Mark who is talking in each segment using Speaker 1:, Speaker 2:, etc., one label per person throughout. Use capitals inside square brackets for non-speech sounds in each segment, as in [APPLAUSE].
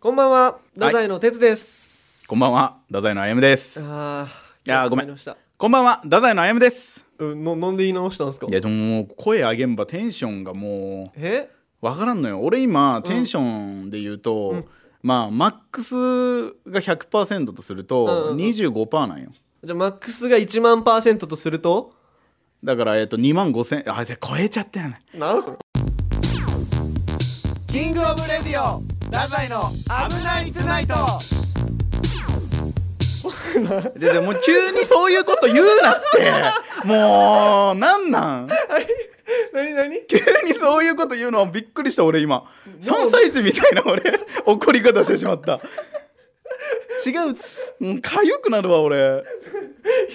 Speaker 1: こんばんは、太宰の哲です。
Speaker 2: こんばんは、太宰のあやむです。
Speaker 1: あ
Speaker 2: いやーごめ
Speaker 1: わか
Speaker 2: ん
Speaker 1: りました
Speaker 2: こんばんは、太宰のあやむです。
Speaker 1: うん、の飲んで言い直したんですか
Speaker 2: いや、でももう声上げんばテンションがも
Speaker 1: え
Speaker 2: う、わからんのよ。俺今、テンションで言うと、まあ、マックスが100%とする
Speaker 1: うんうんう
Speaker 2: と、
Speaker 1: ん
Speaker 2: 25%なんよ。
Speaker 1: じゃあマックスが1万パーセントとすると
Speaker 2: だから、えっと、2万5千、あ、じゃあ超えちゃったよね。
Speaker 1: なんそれキングオブレディオ太宰の危ないトゥナイト
Speaker 2: じゃあじゃあもう急にそういうこと言うなって。もう、なんなん
Speaker 1: なにな [LAUGHS] に
Speaker 2: 急にそういうこと言うのはびっくりした俺今3歳児みたいな俺怒り方してしまった違ううん痒くなるわ俺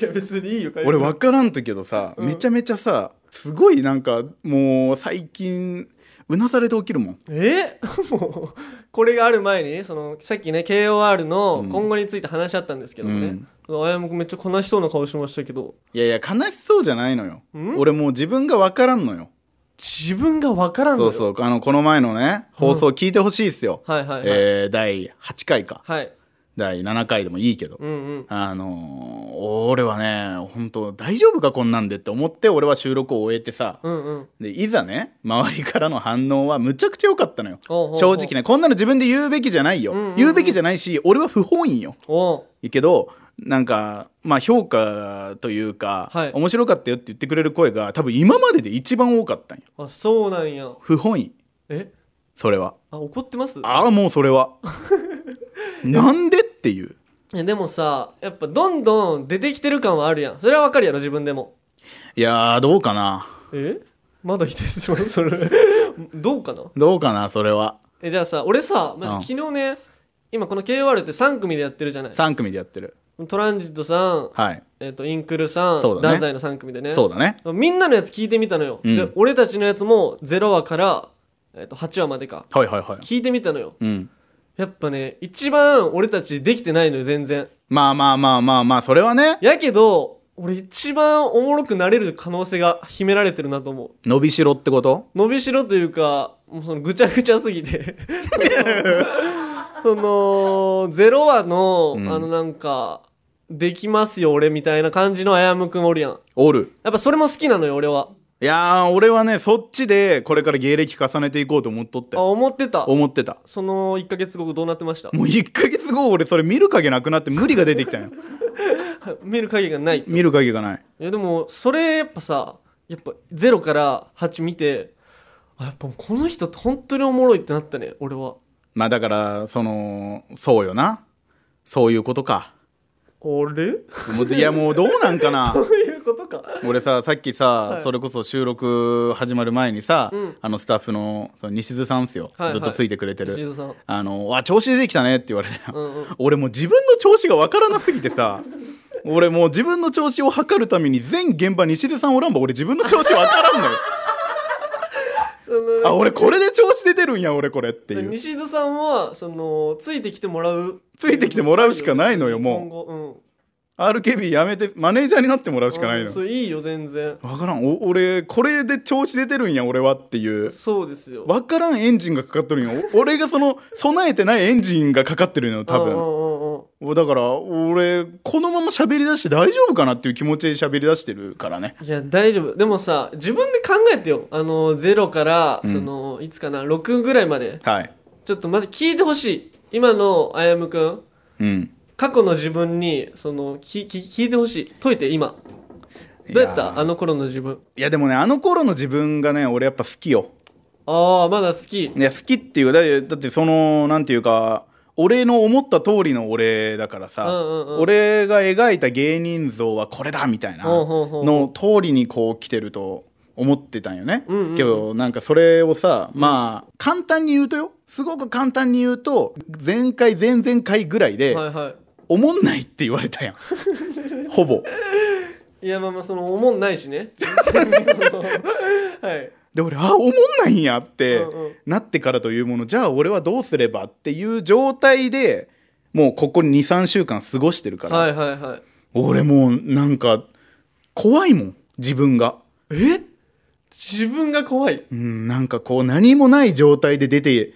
Speaker 1: いや別にいいよ
Speaker 2: 俺分からんとけどさ、めちゃめちゃさすごいなんかもう最近うなされて起きるもん
Speaker 1: え [LAUGHS] もうこれがある前にそのさっきね KOR の今後について話し合ったんですけどね、あやむくんめっちゃ悲しそうな顔しましたけど
Speaker 2: いやいや悲しそうじゃないのよ
Speaker 1: ん
Speaker 2: 俺もう自分が分からんのよ
Speaker 1: 自分がわからんの
Speaker 2: そ
Speaker 1: よ
Speaker 2: うそうあのこの前のね放送聞いてほしいっすよ、
Speaker 1: はいはいはい、
Speaker 2: えー第8回か
Speaker 1: はい
Speaker 2: 第7回でもいいけど、
Speaker 1: うんうん
Speaker 2: あのー俺はね本当大丈夫かこんなんでって思って俺は収録を終えてさ
Speaker 1: うんうん
Speaker 2: でいざね周りからの反応はむちゃくちゃ良かったのよ
Speaker 1: おうおうおう
Speaker 2: 正直ねこんなの自分で言うべきじゃないよ、
Speaker 1: んうんうん
Speaker 2: 言うべきじゃないし俺は不本意よ
Speaker 1: おう
Speaker 2: けどなんかまあ評価というか、
Speaker 1: はい
Speaker 2: 面白かったよって言ってくれる声が多分今までで一番多かったんよ
Speaker 1: あそうなんや
Speaker 2: 不本意
Speaker 1: え
Speaker 2: それは
Speaker 1: あ怒ってます
Speaker 2: ああもうそ
Speaker 1: [LAUGHS]
Speaker 2: れはなんでっていう
Speaker 1: いやでもさやっぱどんどん出てきてる感はあるやんそれはわかるやろ自分でも
Speaker 2: いやーどうかな
Speaker 1: えまだ否定してしまうそれ [LAUGHS] どうかな
Speaker 2: どうかなそれは
Speaker 1: えじゃあさ俺さ、ま
Speaker 2: うん
Speaker 1: ず昨日ね今この KOR って3組でやってるじゃない
Speaker 2: 3組でやってる
Speaker 1: トランジットさん、
Speaker 2: はい
Speaker 1: えっとインクルさん、
Speaker 2: そうだね
Speaker 1: ダザイの3組でね
Speaker 2: そうだね
Speaker 1: みんなのやつ聞いてみたのよ、
Speaker 2: うん
Speaker 1: で俺たちのやつも0話から、えっと8話までか
Speaker 2: はいはいはい
Speaker 1: 聞いてみたのよ
Speaker 2: うん
Speaker 1: やっぱね一番俺たちできてないのよ全然
Speaker 2: まあまあまあまあまあそれはね
Speaker 1: やけど俺一番おもろくなれる可能性が秘められてるなと思う
Speaker 2: 伸びしろってこと
Speaker 1: 伸びしろというかもうそのぐちゃぐちゃすぎ
Speaker 2: [LAUGHS]
Speaker 1: てそのゼロ話の、
Speaker 2: うん
Speaker 1: あのなんかできますよ俺みたいな感じのあやむくんおるやん
Speaker 2: おる
Speaker 1: やっぱそれも好きなのよ俺はい
Speaker 2: やー俺はねそっちでこれから芸歴重ねていこうと思っとって
Speaker 1: あ思ってた
Speaker 2: 思ってた
Speaker 1: その1ヶ月後どうなってました [LAUGHS]
Speaker 2: もう1ヶ月後俺それ見る影なくなって無理が出てきたよ
Speaker 1: 見る影がないい
Speaker 2: 見る影がない
Speaker 1: やでもそれやっぱさやっぱゼロから8見てあやっぱこの人って本当におもろいってなったね俺は
Speaker 2: まあだからそのそうよなそういうことか
Speaker 1: あれ
Speaker 2: もういやもうどうなんか [LAUGHS] な
Speaker 1: [LAUGHS] そういうことか。
Speaker 2: 俺ささっきさ、
Speaker 1: はい
Speaker 2: それこそ収録始まる前にさ、
Speaker 1: うん
Speaker 2: あのスタッフのその西津さんっすよ、
Speaker 1: はいはい
Speaker 2: ずっとついてくれてる
Speaker 1: 石井さん。
Speaker 2: あの、わ、調子出てきたねって [LAUGHS] 言われたよ。
Speaker 1: うんうん。
Speaker 2: 俺もう自分の調子がわからなすぎてさ、 [LAUGHS] 俺もう自分の調子を測るために全現場西出さんおらんば俺自分の調子わからんのよ。あ、俺これで調子出てるんや、俺これっていう。
Speaker 1: 西津さんはそのついてきてもらう。
Speaker 2: ついてきてもらうしかないのよもう
Speaker 1: 今後うん。
Speaker 2: RKB やめて、マネージャーになってもらうしかないの
Speaker 1: うんそ
Speaker 2: よ。
Speaker 1: れいいよ全然。
Speaker 2: わからん。お俺、これで調子出てるんや、俺はっていう。
Speaker 1: そうですよ。
Speaker 2: わからんエンジンがかかっとるんや。お俺がその、備えてないエンジンがかかってるのよ、多
Speaker 1: う
Speaker 2: 分。
Speaker 1: んうんうんうん。
Speaker 2: おだから俺このまま喋り出して大丈夫かなっていう気持ちで喋り出してるからね
Speaker 1: いや大丈夫でもさ自分で考えてよあの0から、
Speaker 2: ん
Speaker 1: そのいつかな6ぐらいまで
Speaker 2: はい
Speaker 1: ちょっとまず聞いてほしい今のあやむくん
Speaker 2: うん
Speaker 1: 過去の自分にそのきき聞いてほしい解いて今どうやっ
Speaker 2: いや
Speaker 1: た
Speaker 2: ー
Speaker 1: あの頃の自分
Speaker 2: いやでもねあの頃の自分がね俺やっぱ好きよ
Speaker 1: ああまだ好き
Speaker 2: いや好きっていうだってだってそのなんていうか俺の思った通りの俺だからさ、
Speaker 1: うんうんうん
Speaker 2: 俺が描いた芸人像はこれだみたいな
Speaker 1: ほうほうほう
Speaker 2: の通りにこう来てると思ってたんよね、
Speaker 1: うんうんうん
Speaker 2: けどなんかそれをさまあ簡単に言うとよすごく簡単に言うと前回前々回ぐらいで、
Speaker 1: はいはい
Speaker 2: おもんないって言われたや
Speaker 1: [LAUGHS]
Speaker 2: んほぼ
Speaker 1: いやまあまあそのおもんないし
Speaker 2: [LAUGHS]
Speaker 1: ねはい
Speaker 2: で俺あおもんないんやって、
Speaker 1: うんうん
Speaker 2: なってからというものじゃあ俺はどうすればっていう状態でもうここ23週間過ごしてるから、
Speaker 1: はいはいはい
Speaker 2: 俺もうなんか怖いもん自分が、
Speaker 1: え自分が怖い
Speaker 2: うん、なんかこう何もない状態で出て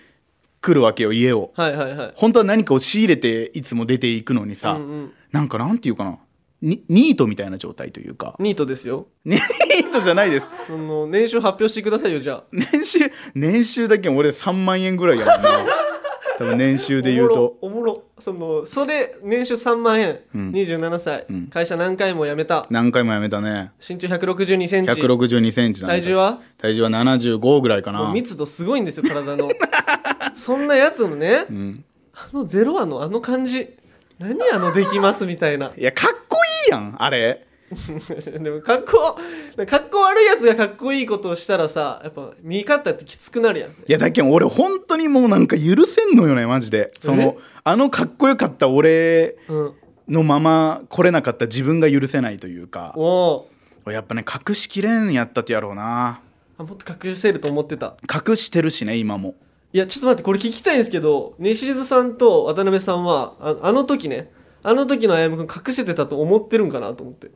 Speaker 2: 来るわけよ家を
Speaker 1: はいはいはい
Speaker 2: 本当は何かを仕入れていつも出ていくのにさ、
Speaker 1: うんうん、
Speaker 2: なんかなんていうかなにニートみたいな状態というか
Speaker 1: ニートですよ
Speaker 2: [LAUGHS] ニートじゃないです
Speaker 1: その年収発表してくださいよじゃ
Speaker 2: 年収年収だけ俺3万円ぐらいやもんな多分年
Speaker 1: あ
Speaker 2: 収で言うと
Speaker 1: おもろおもろそのそれ年収3万円、
Speaker 2: うん
Speaker 1: 27歳、
Speaker 2: うん
Speaker 1: 会社何回も辞めた
Speaker 2: 何回もやめたね
Speaker 1: 身長1 6 2センチ
Speaker 2: 1 6 2ンチだね
Speaker 1: 体重は
Speaker 2: 体重は75ぐらいか
Speaker 1: もう
Speaker 2: な
Speaker 1: 密度すごいんですよ体 [LAUGHS] のそんなやつのね、
Speaker 2: ん
Speaker 1: あのゼロ話のあの感じ何あのできますみたいな [LAUGHS]
Speaker 2: いやかっこいいやんあれ
Speaker 1: でもかっこかっこ悪いやつがかっこいいことをしたらさやっぱ見方ってきつくなるやん
Speaker 2: いやだけど俺本当にもうなんか許せんのよねマジでそのあのかっこよかった俺
Speaker 1: うん
Speaker 2: のまま来れなかった自分が許せないというか
Speaker 1: おお
Speaker 2: 俺やっぱね隠しきれんやったってやろうな
Speaker 1: あもっと隠せると思ってた
Speaker 2: 隠してるしね今も
Speaker 1: いやちょっと待ってこれ聞きたいんですけど西津さんと渡辺さんはああの時ねあの時の歩夢君隠せてたと思ってるんかなと思って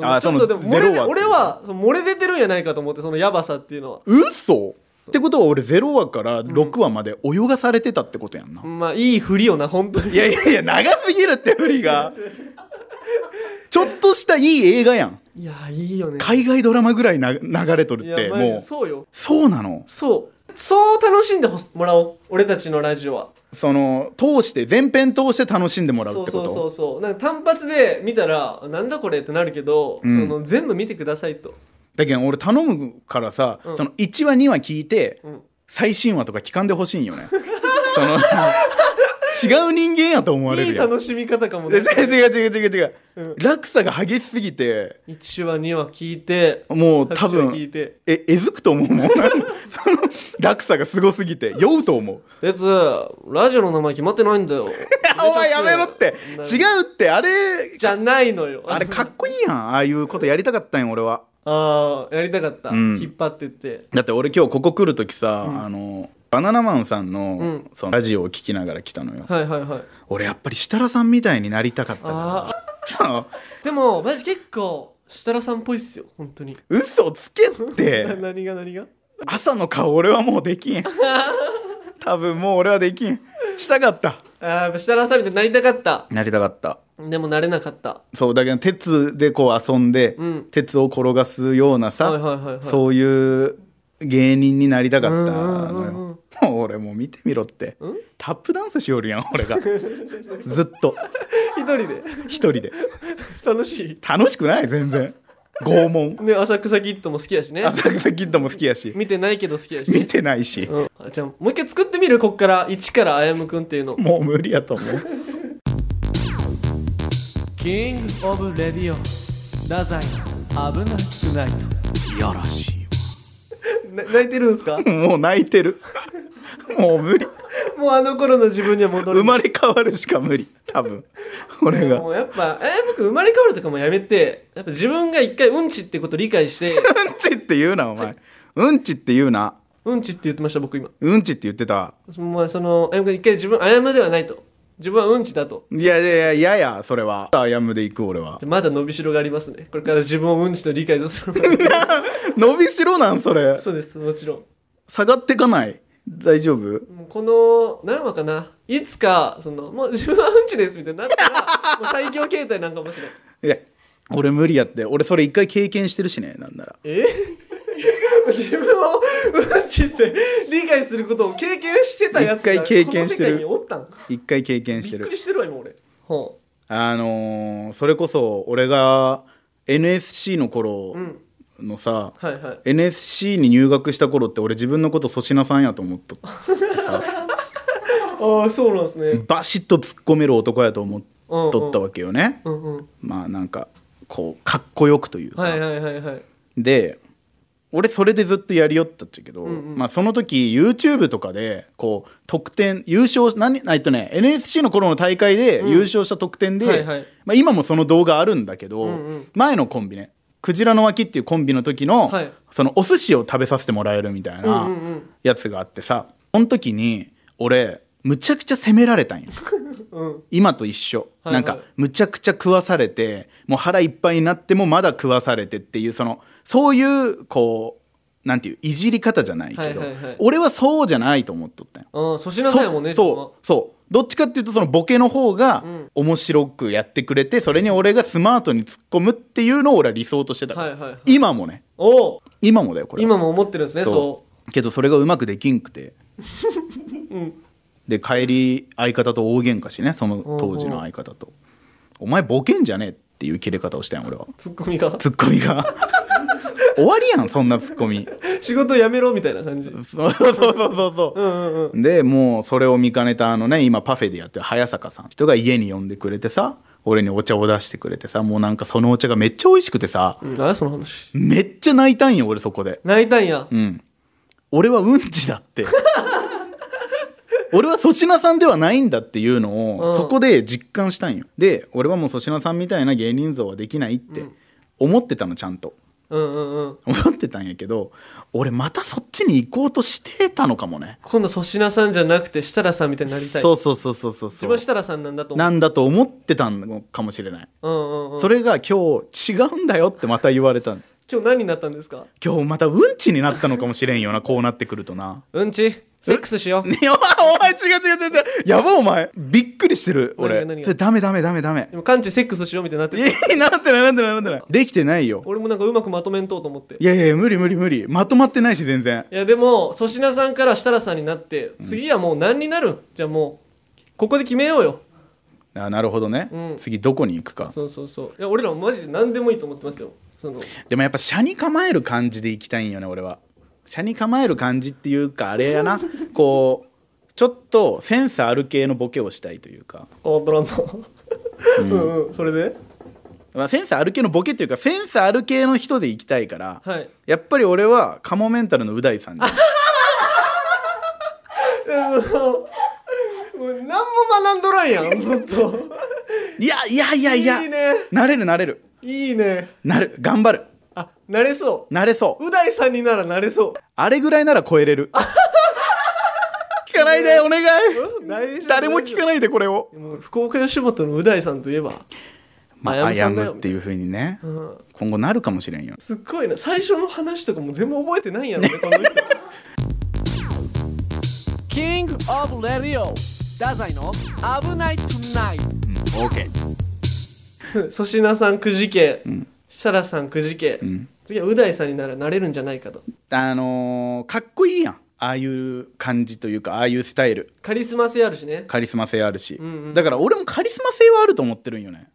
Speaker 2: あ
Speaker 1: ちょっと
Speaker 2: そ
Speaker 1: で
Speaker 2: の
Speaker 1: も漏れ
Speaker 2: ゼロ
Speaker 1: で
Speaker 2: は
Speaker 1: 俺はその漏れ出てるんやないかと思ってそのヤバさっていうのは
Speaker 2: 嘘ってことは俺0話から6話まで泳がされてたってことやんな、
Speaker 1: まあいいふりよな本当に
Speaker 2: いやいやいや長すぎるって振りがちょっとしたい [LAUGHS] い映画やん
Speaker 1: いやいいよね
Speaker 2: 海外ドラマぐらいな流れと
Speaker 1: い
Speaker 2: るっ
Speaker 1: や
Speaker 2: て
Speaker 1: マジで
Speaker 2: もう
Speaker 1: そうよ
Speaker 2: そうなの
Speaker 1: そうそう楽しんでほしもらおう俺たちのラジオは
Speaker 2: その通して全編通して楽しんでもらう
Speaker 1: そ
Speaker 2: っ
Speaker 1: う
Speaker 2: てこと
Speaker 1: そうそうそうなんか単発で見たらなんだこれってなるけど、
Speaker 2: うん
Speaker 1: その全部見てくださいと、
Speaker 2: だけど俺頼むからさ、
Speaker 1: うん
Speaker 2: その1話2話聞いて、
Speaker 1: うん
Speaker 2: 最新話とか聞かんでほしいんよね [LAUGHS] その違う人間やと思われ
Speaker 1: いい
Speaker 2: るやん
Speaker 1: 楽しみ方かも
Speaker 2: で
Speaker 1: ね
Speaker 2: 違う違う違う違う違う、
Speaker 1: うん
Speaker 2: 落差が激しすぎて
Speaker 1: 1話2話聞いて
Speaker 2: もう
Speaker 1: 8
Speaker 2: 多
Speaker 1: 話聞
Speaker 2: 分
Speaker 1: いて
Speaker 2: ええずくと思う [LAUGHS] もんその落差がすごすぎて酔うと思う
Speaker 1: やつラジオの名前決まってないんだよ
Speaker 2: [LAUGHS] お前やめろって違
Speaker 1: う
Speaker 2: うってあれ
Speaker 1: じゃないのよ
Speaker 2: あれかっこいいやんああいうことやりたかったんよ俺は
Speaker 1: ああやりたかった、
Speaker 2: うん
Speaker 1: 引っ張ってって
Speaker 2: だって俺今日ここ来る時さ、
Speaker 1: ん
Speaker 2: あのバナナマンさんの,、
Speaker 1: うん
Speaker 2: そのラジオを聞きながら来たのよ
Speaker 1: はいはいはい
Speaker 2: 俺やっぱり設楽さんみたいになりたかった
Speaker 1: ああ
Speaker 2: から
Speaker 1: でもマジ結構設楽さんっぽいっすよ本当に
Speaker 2: 嘘つけっ
Speaker 1: な
Speaker 2: て
Speaker 1: 何が何が
Speaker 2: 朝の顔俺はもうでき [LAUGHS] ん多分もう俺はできんしたかった
Speaker 1: あーやっぱ設楽さんみたいになりたかった
Speaker 2: なりたかった
Speaker 1: でもなれなかった
Speaker 2: そうだけど鉄でこう遊んで、
Speaker 1: うん
Speaker 2: 鉄を転がすようなさ、
Speaker 1: はいはいはいはい
Speaker 2: そういう芸人になりたかった
Speaker 1: う
Speaker 2: のよ、
Speaker 1: んうんうんうん
Speaker 2: もう俺もう見てみろって
Speaker 1: ん
Speaker 2: タップダンスしよるやん俺が [LAUGHS] ずっと
Speaker 1: 一人で
Speaker 2: [LAUGHS] 一人で
Speaker 1: 楽し
Speaker 2: 楽しくない全然拷問
Speaker 1: いね浅草キッドも好きやしね
Speaker 2: 浅草キッドも好きやし
Speaker 1: 見てないけど好きやし、
Speaker 2: 見
Speaker 1: ね、
Speaker 2: てないし、
Speaker 1: うんあじゃあもう一回作ってみるこっから一からあやむくんっていうの
Speaker 2: もう無理やと思う
Speaker 1: キングオブレディオダザイ危なくない
Speaker 2: いやらしい
Speaker 1: な泣いてるんすか
Speaker 2: もう泣いてるもう無理
Speaker 1: [LAUGHS] もうあの頃の自分には戻
Speaker 2: 生
Speaker 1: る
Speaker 2: まれ変わるしか無理多分俺が
Speaker 1: もうやっぱあやむくん生まれ変わるとかもやめてやっぱ自分が一回うんちってこと理解して [LAUGHS]
Speaker 2: うんちって言うなお前うんちって言うな
Speaker 1: うんちって言ってました僕今
Speaker 2: うんちって言ってた
Speaker 1: まあそのあやむくん一回自分あやむではないと自分はうんちだと
Speaker 2: いやいやいやいややそれはアヤムで行く俺は
Speaker 1: でまだ伸びしろがありますねこれから自分をうんちと理解す [LAUGHS] るまで
Speaker 2: 伸びしろなんそれ
Speaker 1: そうですもちろん
Speaker 2: 下がってかない大丈夫
Speaker 1: もうこの何話かないつかそのもう自分はうんちですみたいになったらもう最強形態なんかもしれない
Speaker 2: いや俺無理やって俺それ一回経験してるしねなんなら
Speaker 1: え [LAUGHS] 自分をうんちって理解することを経験してたやつが
Speaker 2: 一回経験してる
Speaker 1: この世界におったん
Speaker 2: 一回経験し
Speaker 1: び
Speaker 2: て
Speaker 1: っく
Speaker 2: る
Speaker 1: りしてるわ今俺ほ
Speaker 2: あのーそれこそ俺が NSC の頃
Speaker 1: ううん
Speaker 2: のさ、
Speaker 1: はいはい
Speaker 2: NSC に入学した頃って俺自分のこと粗品さんやと思っとった
Speaker 1: [LAUGHS] ああそうなんですね
Speaker 2: バシッと突っ込める男やと思っ
Speaker 1: うんうん
Speaker 2: とったわけよね、
Speaker 1: うんうん
Speaker 2: まあなんかこうかっこよくというか、
Speaker 1: はいはいはいはい
Speaker 2: で俺それでずっとやりよったっちゃけ
Speaker 1: ん
Speaker 2: ど、
Speaker 1: うん
Speaker 2: まあ、その時 YouTube とかでこう得点優勝何えっとね NSC の頃の大会で優勝した得点で、
Speaker 1: はいはい
Speaker 2: まあ、今もその動画あるんだけど、
Speaker 1: うんうん
Speaker 2: 前のコンビねクジラの脇っていうコンビの時の,、
Speaker 1: はい
Speaker 2: そのお寿司を食べさせてもらえるみたい
Speaker 1: うん
Speaker 2: な
Speaker 1: うんうん
Speaker 2: やつがあってさその時に俺むちゃくちゃ責められたんよ。
Speaker 1: うん
Speaker 2: 今と一緒、
Speaker 1: はい
Speaker 2: なんかむちゃくちゃ食わされてもう腹いっぱいになってもまだ食わされてっていうそのそういうこうなんていういじり方じゃないけど、
Speaker 1: はいはいはい
Speaker 2: 俺はそうじゃないと思っとったんよ
Speaker 1: うん粗品さんやもんね
Speaker 2: そそうそうどっちかっていうとそのボケの方が
Speaker 1: うん
Speaker 2: 面白くやってくれてそれに俺がスマートに突っ込むっていうのを俺は理想としてた
Speaker 1: 自分
Speaker 2: か
Speaker 1: ははい
Speaker 2: ら、
Speaker 1: はいはい
Speaker 2: 今もね
Speaker 1: おう
Speaker 2: 今もだよこれ
Speaker 1: 今も思ってるんですねそう
Speaker 2: けどそれがうまくできんくて、で帰り相方と大喧嘩しねその当時の相方と「お前ボケんじゃねえ」っていう切れ方をしたんや俺は
Speaker 1: ツッコミが
Speaker 2: ツッコミ
Speaker 1: [LAUGHS]
Speaker 2: が終わりやんそんなツッコミ
Speaker 1: 仕事やめろみたいな感じ
Speaker 2: そうそうそうそうそう
Speaker 1: うんうんうん
Speaker 2: でもうそれを見かねたあのね今パフェでやってる早坂さん人が家に呼んでくれてさ俺にお茶を出してくれてさもうなんかそのお茶がめっちゃ美味しくてさ
Speaker 1: うん何やその話
Speaker 2: めっちゃ泣いたんよ俺そこで
Speaker 1: 泣いたんや
Speaker 2: うん俺はうんちだって
Speaker 1: [LAUGHS]
Speaker 2: 俺は粗品さんではないんだっていうの
Speaker 1: う
Speaker 2: を
Speaker 1: ん
Speaker 2: そこで実感したんよで俺はもう粗品さんみたいな芸人像はできないって思ってたのちゃんと [LAUGHS]
Speaker 1: うんうんうん
Speaker 2: 思ってたんやけど俺またそっちに行こうとしてたのかもね
Speaker 1: 今度粗品さんじゃなくて設楽さんみたいになりたい
Speaker 2: そうそうそうそうそう
Speaker 1: 自
Speaker 2: そう
Speaker 1: 分は設楽さんなんだと思う
Speaker 2: なんだと思ってたのかもしれない、
Speaker 1: うんうんうん
Speaker 2: それが今日違うんだよってまた言われた
Speaker 1: 今日何になったんですか
Speaker 2: 今日またうんちになったのかもしれんよなこうなってくるとな
Speaker 1: うんちセックスしよう
Speaker 2: ね [LAUGHS] お前お前違う違う違う違うやばお前びっくりしてる俺
Speaker 1: 何が何が
Speaker 2: それダメダメダメダメ
Speaker 1: でも完治セックスしようみたいになって
Speaker 2: い
Speaker 1: る
Speaker 2: やなんてないなんてないなんてないできてないよ
Speaker 1: 俺もなんかうまくまとめんとうと思ってい
Speaker 2: いやいや無理無理無理まとまってないし全然
Speaker 1: やでも粗品さんから設楽さんになって次はもう何になるんじゃあもうここで決めようよ
Speaker 2: あなるほどね、
Speaker 1: うん
Speaker 2: 次どこに行くか
Speaker 1: そうそうそういや俺らもマジで何でもいいと思ってますよその
Speaker 2: でもやっぱ車に構える感じで行きたいんよね俺は車に構える感じっていうかあれ
Speaker 1: [LAUGHS]
Speaker 2: やなこうちょっとセンスある系のボケをしたいというか、
Speaker 1: 変わっとらんとうんうんそれで
Speaker 2: まあ、センスある系のボケというかセンスある系の人で行きたいから
Speaker 1: はい
Speaker 2: やっぱり俺はカモメンタルのう大さんに
Speaker 1: [LAUGHS] もう何も学んどらんやんずっと
Speaker 2: いやいやいやいや
Speaker 1: いいね
Speaker 2: なれるなれる
Speaker 1: いいね
Speaker 2: なる頑張る
Speaker 1: あなれそ
Speaker 2: なれそう
Speaker 1: うう大さんにならなれそ
Speaker 2: あれぐらいなら超えれる聞かないでお願いう
Speaker 1: 大丈夫
Speaker 2: 誰も聞かないでこれを、
Speaker 1: もう福岡吉本のう大さんといえば
Speaker 2: ま
Speaker 1: あや
Speaker 2: あ、や
Speaker 1: むさんだ
Speaker 2: む
Speaker 1: よ
Speaker 2: っていうふうにね、
Speaker 1: ん
Speaker 2: 今後なるかもしれんよ
Speaker 1: すっごいな最初の話とかも全部覚えてないん
Speaker 2: [LAUGHS]
Speaker 1: やろねこの人キングオブレディオダザイの危ないトゥナイ
Speaker 2: うん、OK
Speaker 1: 粗品さんくじけ、
Speaker 2: ん
Speaker 1: 設楽さんくじけ、
Speaker 2: ん
Speaker 1: 次はう大さんにならなれるんじゃないかと
Speaker 2: あのーかっこいいやんああいう感じというかああいうスタイル
Speaker 1: カリスマ性あるしね
Speaker 2: カリスマ性あるし、
Speaker 1: んうん
Speaker 2: だから俺もカリスマ性はあると思ってるんよね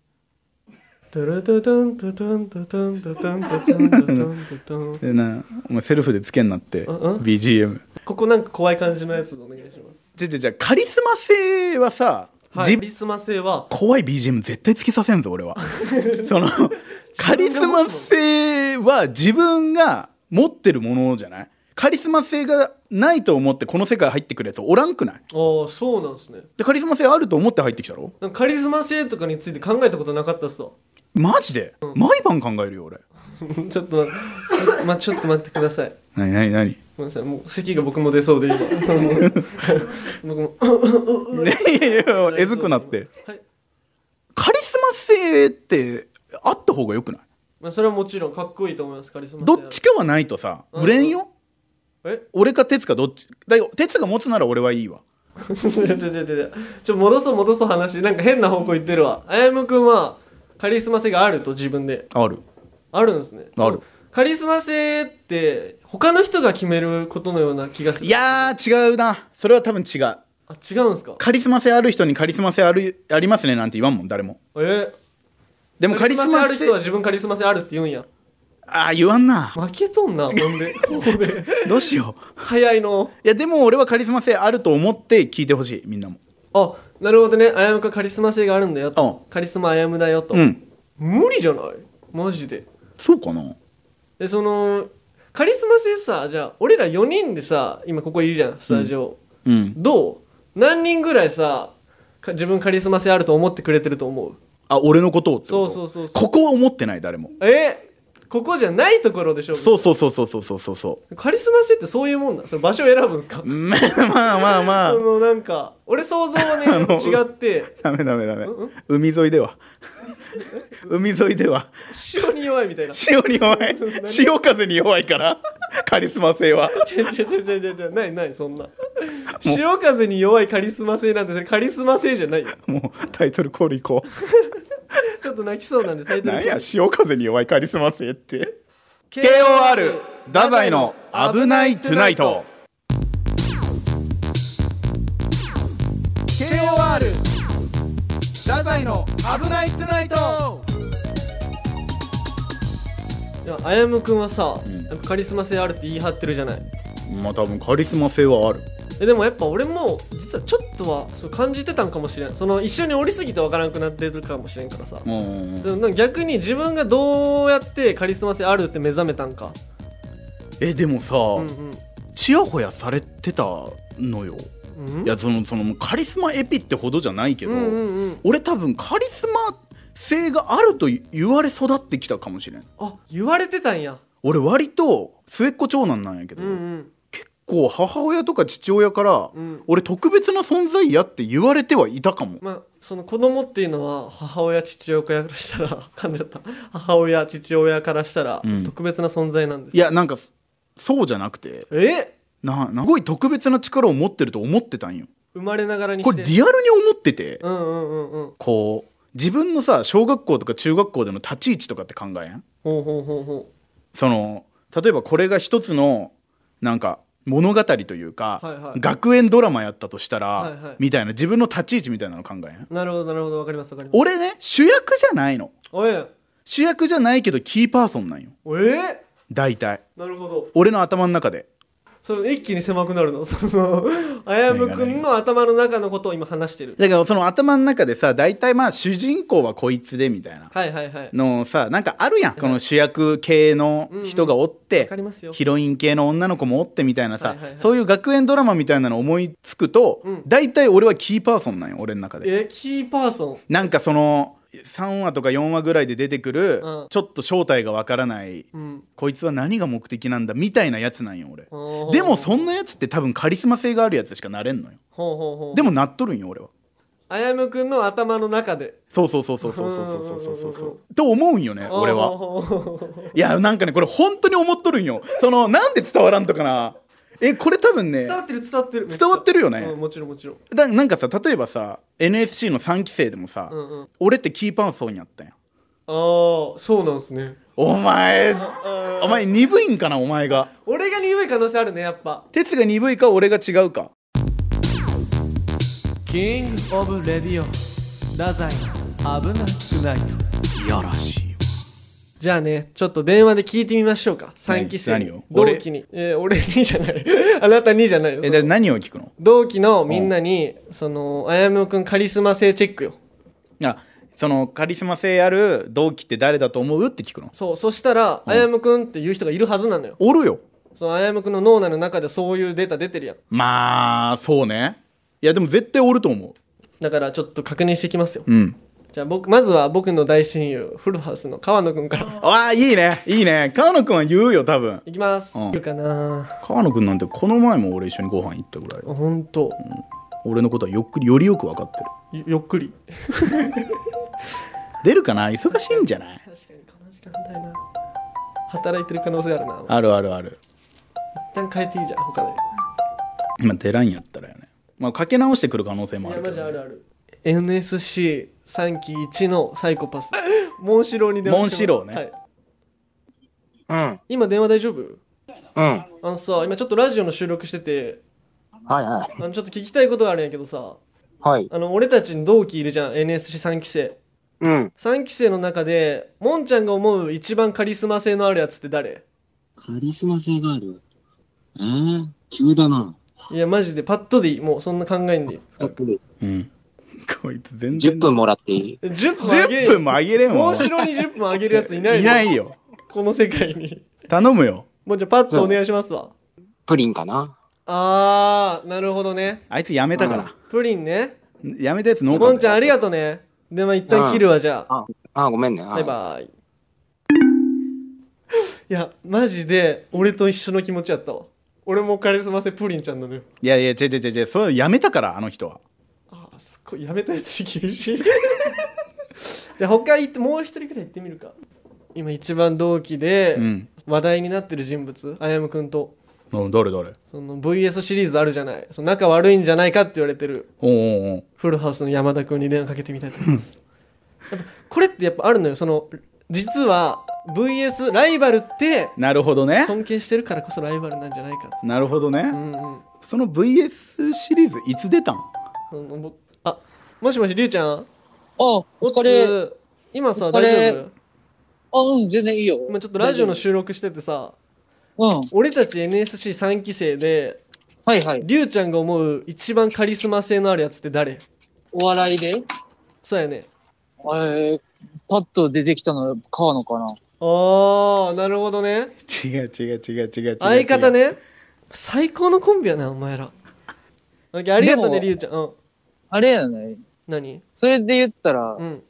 Speaker 1: トゥルトゥトゥントゥトゥントゥトゥントゥトゥントゥトゥントゥトゥントゥトゥン
Speaker 2: でなお前セルフでつけんなって
Speaker 1: んうん
Speaker 2: BGM
Speaker 1: ここなんか怖い感じのやつお願いします
Speaker 2: じゃじゃじゃカリスマ性はさ、
Speaker 1: はい
Speaker 2: じ
Speaker 1: カリスマ性は
Speaker 2: 怖い BGM 絶対つけさせんぞ俺は [LAUGHS] そのカリスマ性は自分が持ってるものじゃないカリスマ性がないと思ってこの世界入ってくるやつおらんくない
Speaker 1: ああそうなんですね
Speaker 2: でカリスマ性あると思って入ってきたろ
Speaker 1: なんかカリスマ性とかについて考えたことなかったっすわ [LAUGHS]
Speaker 2: マジで、毎晩考えるよ俺
Speaker 1: ちょっとなまちょっと待ってください
Speaker 2: 何何何
Speaker 1: ごめんなさいもう咳が僕も出そうで今 [LAUGHS] 僕も
Speaker 2: ねいやいや [LAUGHS] えずくなって
Speaker 1: はい、
Speaker 2: カリスマ性ってあった方がよくない
Speaker 1: まあ、それはもちろんかっこいいと思いますカリスマ性
Speaker 2: ど
Speaker 1: ある
Speaker 2: っちかはないとさ売れんよ、
Speaker 1: え [LAUGHS]
Speaker 2: 俺か哲かどっちだよ哲が持つなら俺はいいわ
Speaker 1: ちょちょちょちょちょちょ戻そう戻そう話なんか変な方向行ってるわあやむくんはカリスマ性があると自分で
Speaker 2: ある
Speaker 1: あるんですね
Speaker 2: ある
Speaker 1: カリスマ性って他の人が決めることのような気がする
Speaker 2: いやー違うなそれは多分違う
Speaker 1: あ違うんですか
Speaker 2: カリスマ性ある人にカリスマ性あるありますねなんて言わんもん誰も
Speaker 1: え
Speaker 2: でもカ
Speaker 1: カ
Speaker 2: リ
Speaker 1: リ
Speaker 2: ス
Speaker 1: ス
Speaker 2: マ
Speaker 1: マ性あ
Speaker 2: 性
Speaker 1: る人は自分カリスマ性あるって言うんや
Speaker 2: ああ言わんな
Speaker 1: 負けとんなほん
Speaker 2: [LAUGHS]
Speaker 1: でここで
Speaker 2: どうしよう
Speaker 1: 早いの
Speaker 2: いやでも俺はカリスマ性あると思って聞いてほしいみんなも
Speaker 1: あなるほどねあやむかカリスマ性があるんだよと
Speaker 2: う
Speaker 1: カリスマあやむだよと、
Speaker 2: うん
Speaker 1: 無理じゃないマジで
Speaker 2: そうかな
Speaker 1: でそのカリスマ性さじゃあ俺ら4人でさ今ここいるじゃんスタジオ、
Speaker 2: うん
Speaker 1: どう何人ぐらいさか自分カリスマ性あると思ってくれてると思う
Speaker 2: あ俺のことをってこ
Speaker 1: そ
Speaker 2: と
Speaker 1: うそうそうそう
Speaker 2: ここは思ってない誰も
Speaker 1: えここじゃないところでしょ
Speaker 2: そうそうそうそうそうそうそうそう
Speaker 1: カリスマ性ってそういうもんなんそれ場所選ぶんすか
Speaker 2: まあまあまあま
Speaker 1: あ
Speaker 2: あ
Speaker 1: のなんか俺想像はね
Speaker 2: [LAUGHS] あの
Speaker 1: 違って
Speaker 2: ダメダメダメ
Speaker 1: んうん
Speaker 2: 海沿いでは海沿いでは [LAUGHS]
Speaker 1: 塩に弱いみたいな
Speaker 2: 潮に弱い潮風に弱いからカリスマ性は
Speaker 1: ちょちょちょちょちょちょないないそんな潮風に弱いカリスマ性なんてそれカリスマ性じゃないよ
Speaker 2: もうタイトルコールいこ
Speaker 1: ちょっと泣きそうなんでタイ
Speaker 2: う
Speaker 1: トル
Speaker 2: なんや潮風に弱いカリスマ性って KOR
Speaker 1: KOR
Speaker 2: 太宰の「危ないトゥナイト」
Speaker 1: KOR
Speaker 2: 太宰の「危ないトゥナイト
Speaker 1: いやあやむくんはさ、
Speaker 2: うん
Speaker 1: なんかカリスマ性あるって言い張ってるじゃない」
Speaker 2: まあ多分カリスマ性はある
Speaker 1: えでもやっぱ俺も実はちょっとはそう感じてたんかもしれんその一緒におりすぎてわからなくなってるかもしれんからさ、
Speaker 2: うん
Speaker 1: でもなんか逆に自分がどうやってカリスマ性あるって目覚めたんか
Speaker 2: えでもさ、
Speaker 1: うんうん
Speaker 2: ちやほやされてたのよ
Speaker 1: うん
Speaker 2: いやそのそのもうカリスマエピってほどじゃないけど、
Speaker 1: うんうんうん
Speaker 2: 俺多分カリスマ性があると言われ育ってきたかもしれん
Speaker 1: あ言われてたんや
Speaker 2: 俺割と末っ子長男なんやけ
Speaker 1: う
Speaker 2: ど、
Speaker 1: んうん
Speaker 2: 結構母親とか父親から、
Speaker 1: うん
Speaker 2: 俺特別な存在やって言われてはいたかも
Speaker 1: まあその子供っていうのは母親父親からしたら [LAUGHS] 噛んじゃった母親父親からしたら
Speaker 2: うん
Speaker 1: 特別な存在なんです、
Speaker 2: いやなんかそうじゃなくて
Speaker 1: え
Speaker 2: ななすごい特別な力を持ってると思ってたんよ
Speaker 1: 生まれながらに
Speaker 2: こ
Speaker 1: して
Speaker 2: れリアルに思ってて、
Speaker 1: うんうんうんうん
Speaker 2: こう自分のさ小学校とか中学校での立ち位置とかって考えん
Speaker 1: ほうほうほうほ
Speaker 2: その例えばこれが一つのなんか物語というか、
Speaker 1: はいはい
Speaker 2: 学園ドラマやったとしたら、
Speaker 1: はいはい
Speaker 2: みたいな自分の立ち位置みたいなの考えん
Speaker 1: うなるほどなるほどわかりますわかります
Speaker 2: 俺ね主役じゃないの
Speaker 1: おえ
Speaker 2: 主役じゃないけどキーパーソンなんよ
Speaker 1: おえ
Speaker 2: 大体
Speaker 1: なるほど
Speaker 2: 俺の頭の中で
Speaker 1: それ一気に狭くなるの [LAUGHS] そのあやむくんの頭の中のことを今話してる
Speaker 2: だからその頭の中でさ大体まあ主人公はこいつでみたいな
Speaker 1: はいはいはい
Speaker 2: のさなんかあるやんこの主役系の人がおって、
Speaker 1: わかりますよ
Speaker 2: ヒロイン系の女の子もおってみたいなさ、
Speaker 1: はいはいはい
Speaker 2: そういう学園ドラマみたいなの思いつくと、
Speaker 1: うん
Speaker 2: 大体俺はキーパーソンなんよ俺の中で
Speaker 1: えキーパーソン
Speaker 2: なんかその3話とか4話ぐらいで出てくる、
Speaker 1: うん
Speaker 2: ちょっと正体がわからない
Speaker 1: うん
Speaker 2: こいつは何が目的なんだみたいなやつなんよ俺
Speaker 1: ほう
Speaker 2: でもそんなやつって多分カリスマ性があるやつしかなれんのよ
Speaker 1: ほうほうほう
Speaker 2: でもなっとるんよ俺は
Speaker 1: あやむくんの頭の中で
Speaker 2: そうそうそうそうそうそうそうそうそ
Speaker 1: う
Speaker 2: う
Speaker 1: んうんうん
Speaker 2: と思うんよね俺は
Speaker 1: ほうほうほうほう
Speaker 2: いやなんかねこれ本当に思っとるんよそのなんで伝わらんとかなえこれ多分ね
Speaker 1: 伝わってる伝わってる
Speaker 2: 伝わってるよね
Speaker 1: うんもちろんもちろん
Speaker 2: だなんかさ例えばさ NSC の3期生でもさ、
Speaker 1: うんうん
Speaker 2: 俺ってキーパーソンやったんや
Speaker 1: ああそうなんすね
Speaker 2: お前
Speaker 1: あ
Speaker 2: お前鈍いんかなお前が
Speaker 1: 俺が鈍い可能性あるねやっぱ
Speaker 2: 鉄が鈍いか俺が違うか
Speaker 1: キングオブレディオ太宰危なくないと
Speaker 2: いやらしい
Speaker 1: じゃあねちょっと電話で聞いてみましょうか3期生
Speaker 2: 何
Speaker 1: に
Speaker 2: 何を
Speaker 1: 同期に俺,、えー俺にじゃない [LAUGHS] あなたにじゃないよ
Speaker 2: え
Speaker 1: そ
Speaker 2: で
Speaker 1: の
Speaker 2: 何を聞くの
Speaker 1: 同期のみんなにそのあやむくんカリスマ性チェックよ
Speaker 2: あそのカリスマ性ある同期って誰だと思うって聞くの
Speaker 1: そうそしたらあやむくんっていう人がいるはずなのよ
Speaker 2: おるよ
Speaker 1: そのあやむくんの脳内の中でそういうデータ出てるやん
Speaker 2: まあそうねいやでも絶対おると思
Speaker 1: だからちょっと確認していきますよ
Speaker 2: ううん
Speaker 1: じゃあ僕まずは僕の大親友フルハウスの川野くんから
Speaker 2: ああいいねいいね川野くんは言うよ多分
Speaker 1: いきます、
Speaker 2: うん
Speaker 1: いるかな
Speaker 2: 川野くんなんてこの前も俺一緒にご飯行ったぐらい
Speaker 1: ほんと
Speaker 2: 俺のことはよっくりよりよく分かってる
Speaker 1: ゆゆっくり
Speaker 2: 出るかな忙しいんじゃない
Speaker 1: 確かにこの時間帯な働いてる可能性あるな
Speaker 2: あるあるある
Speaker 1: 一旦変えていいじゃん他で
Speaker 2: 今出らんやったらよねまあかけ直してくる可能性もあるけど、ね、
Speaker 1: ある NSC3 期1のサイコ [LAUGHS] パスモンシローに電話してます
Speaker 2: モンシローね
Speaker 1: はい、
Speaker 3: うん、
Speaker 1: 今電話大丈夫
Speaker 3: うん。はい
Speaker 1: あのさ今ちょっとラジオの収録してて
Speaker 3: はい。
Speaker 1: あのちょっと聞きたいことがあるんやけどさ
Speaker 3: はい。
Speaker 1: あの俺たちに同期いるじゃん NSC3 期生
Speaker 3: うん。
Speaker 1: 3期生の中でもんちゃんが思う一番カリスマ性のあるやつって誰
Speaker 3: カリスマ性がある。ええ急だな。
Speaker 1: いやマジでパッとでいいもうそんな考えんでいい
Speaker 2: うんこいつ全然
Speaker 3: 10分もらっていい
Speaker 1: え10分あげ
Speaker 2: 10分もあげれんわ
Speaker 1: もんしろに10分あげるやついない
Speaker 2: いないよ
Speaker 1: この世界に
Speaker 2: 頼むよ
Speaker 1: もうじゃあパッとお願いしますわ
Speaker 3: プリンかな
Speaker 1: あーなるほどね
Speaker 2: あいつやめたから、
Speaker 1: プリンね
Speaker 2: やめたやつ農
Speaker 1: も
Speaker 2: 家
Speaker 1: んちゃんありがとうねでも一旦切るわじゃあ
Speaker 3: あ、ごめんね。は
Speaker 1: バ
Speaker 3: い
Speaker 1: イバイいやマジで俺と一緒の気持ちやったわ俺もカリスマ性プリンちゃんなのよ
Speaker 2: いやいや違う違う違う違うそうやめたからあの人は
Speaker 1: あーすっご [LAUGHS] いやめたやつに厳しいじゃあ他行ってもう一人くらい行ってみるか今一番同期で
Speaker 2: うん
Speaker 1: 話題になってる人物あやむくんと
Speaker 2: うん誰誰
Speaker 1: その VS シリーズあるじゃないその仲悪いんじゃないかって言われてる
Speaker 2: おうおうおう
Speaker 1: フルハウスの山田君に電話かけてみたいと思いますやっぱこれってやっぱあるのよその実は VS ライバルって
Speaker 2: なるほどね
Speaker 1: 尊敬してるからこそライバルなんじゃないか
Speaker 2: なるほどね、
Speaker 1: うんうん
Speaker 2: その VS シリーズいつ出たん
Speaker 1: そのぼあもしもしりゅうちゃん
Speaker 3: あ、お疲れ。あ、
Speaker 1: おつ今さ
Speaker 3: お疲れ
Speaker 1: 大丈夫
Speaker 3: うん、全然いいよ。
Speaker 1: 今ちょっとラジオの収録しててさ
Speaker 3: 大丈夫。うん。
Speaker 1: 俺たち NSC3 期生で
Speaker 3: はいはい。
Speaker 1: りゅうちゃんが思う一番カリスマ性のあるやつって誰
Speaker 3: お笑いで、
Speaker 1: そうやね
Speaker 3: えー、パッと出てきたのは川野かな。
Speaker 1: ああなるほどね
Speaker 2: 違う違う違う違う違う
Speaker 1: 相方ね最高のコンビやなお前らオッケーありがとうね
Speaker 3: でも
Speaker 1: りゅうちゃんうん
Speaker 3: あれやね。
Speaker 1: 何
Speaker 3: それで言ったら
Speaker 1: う、ん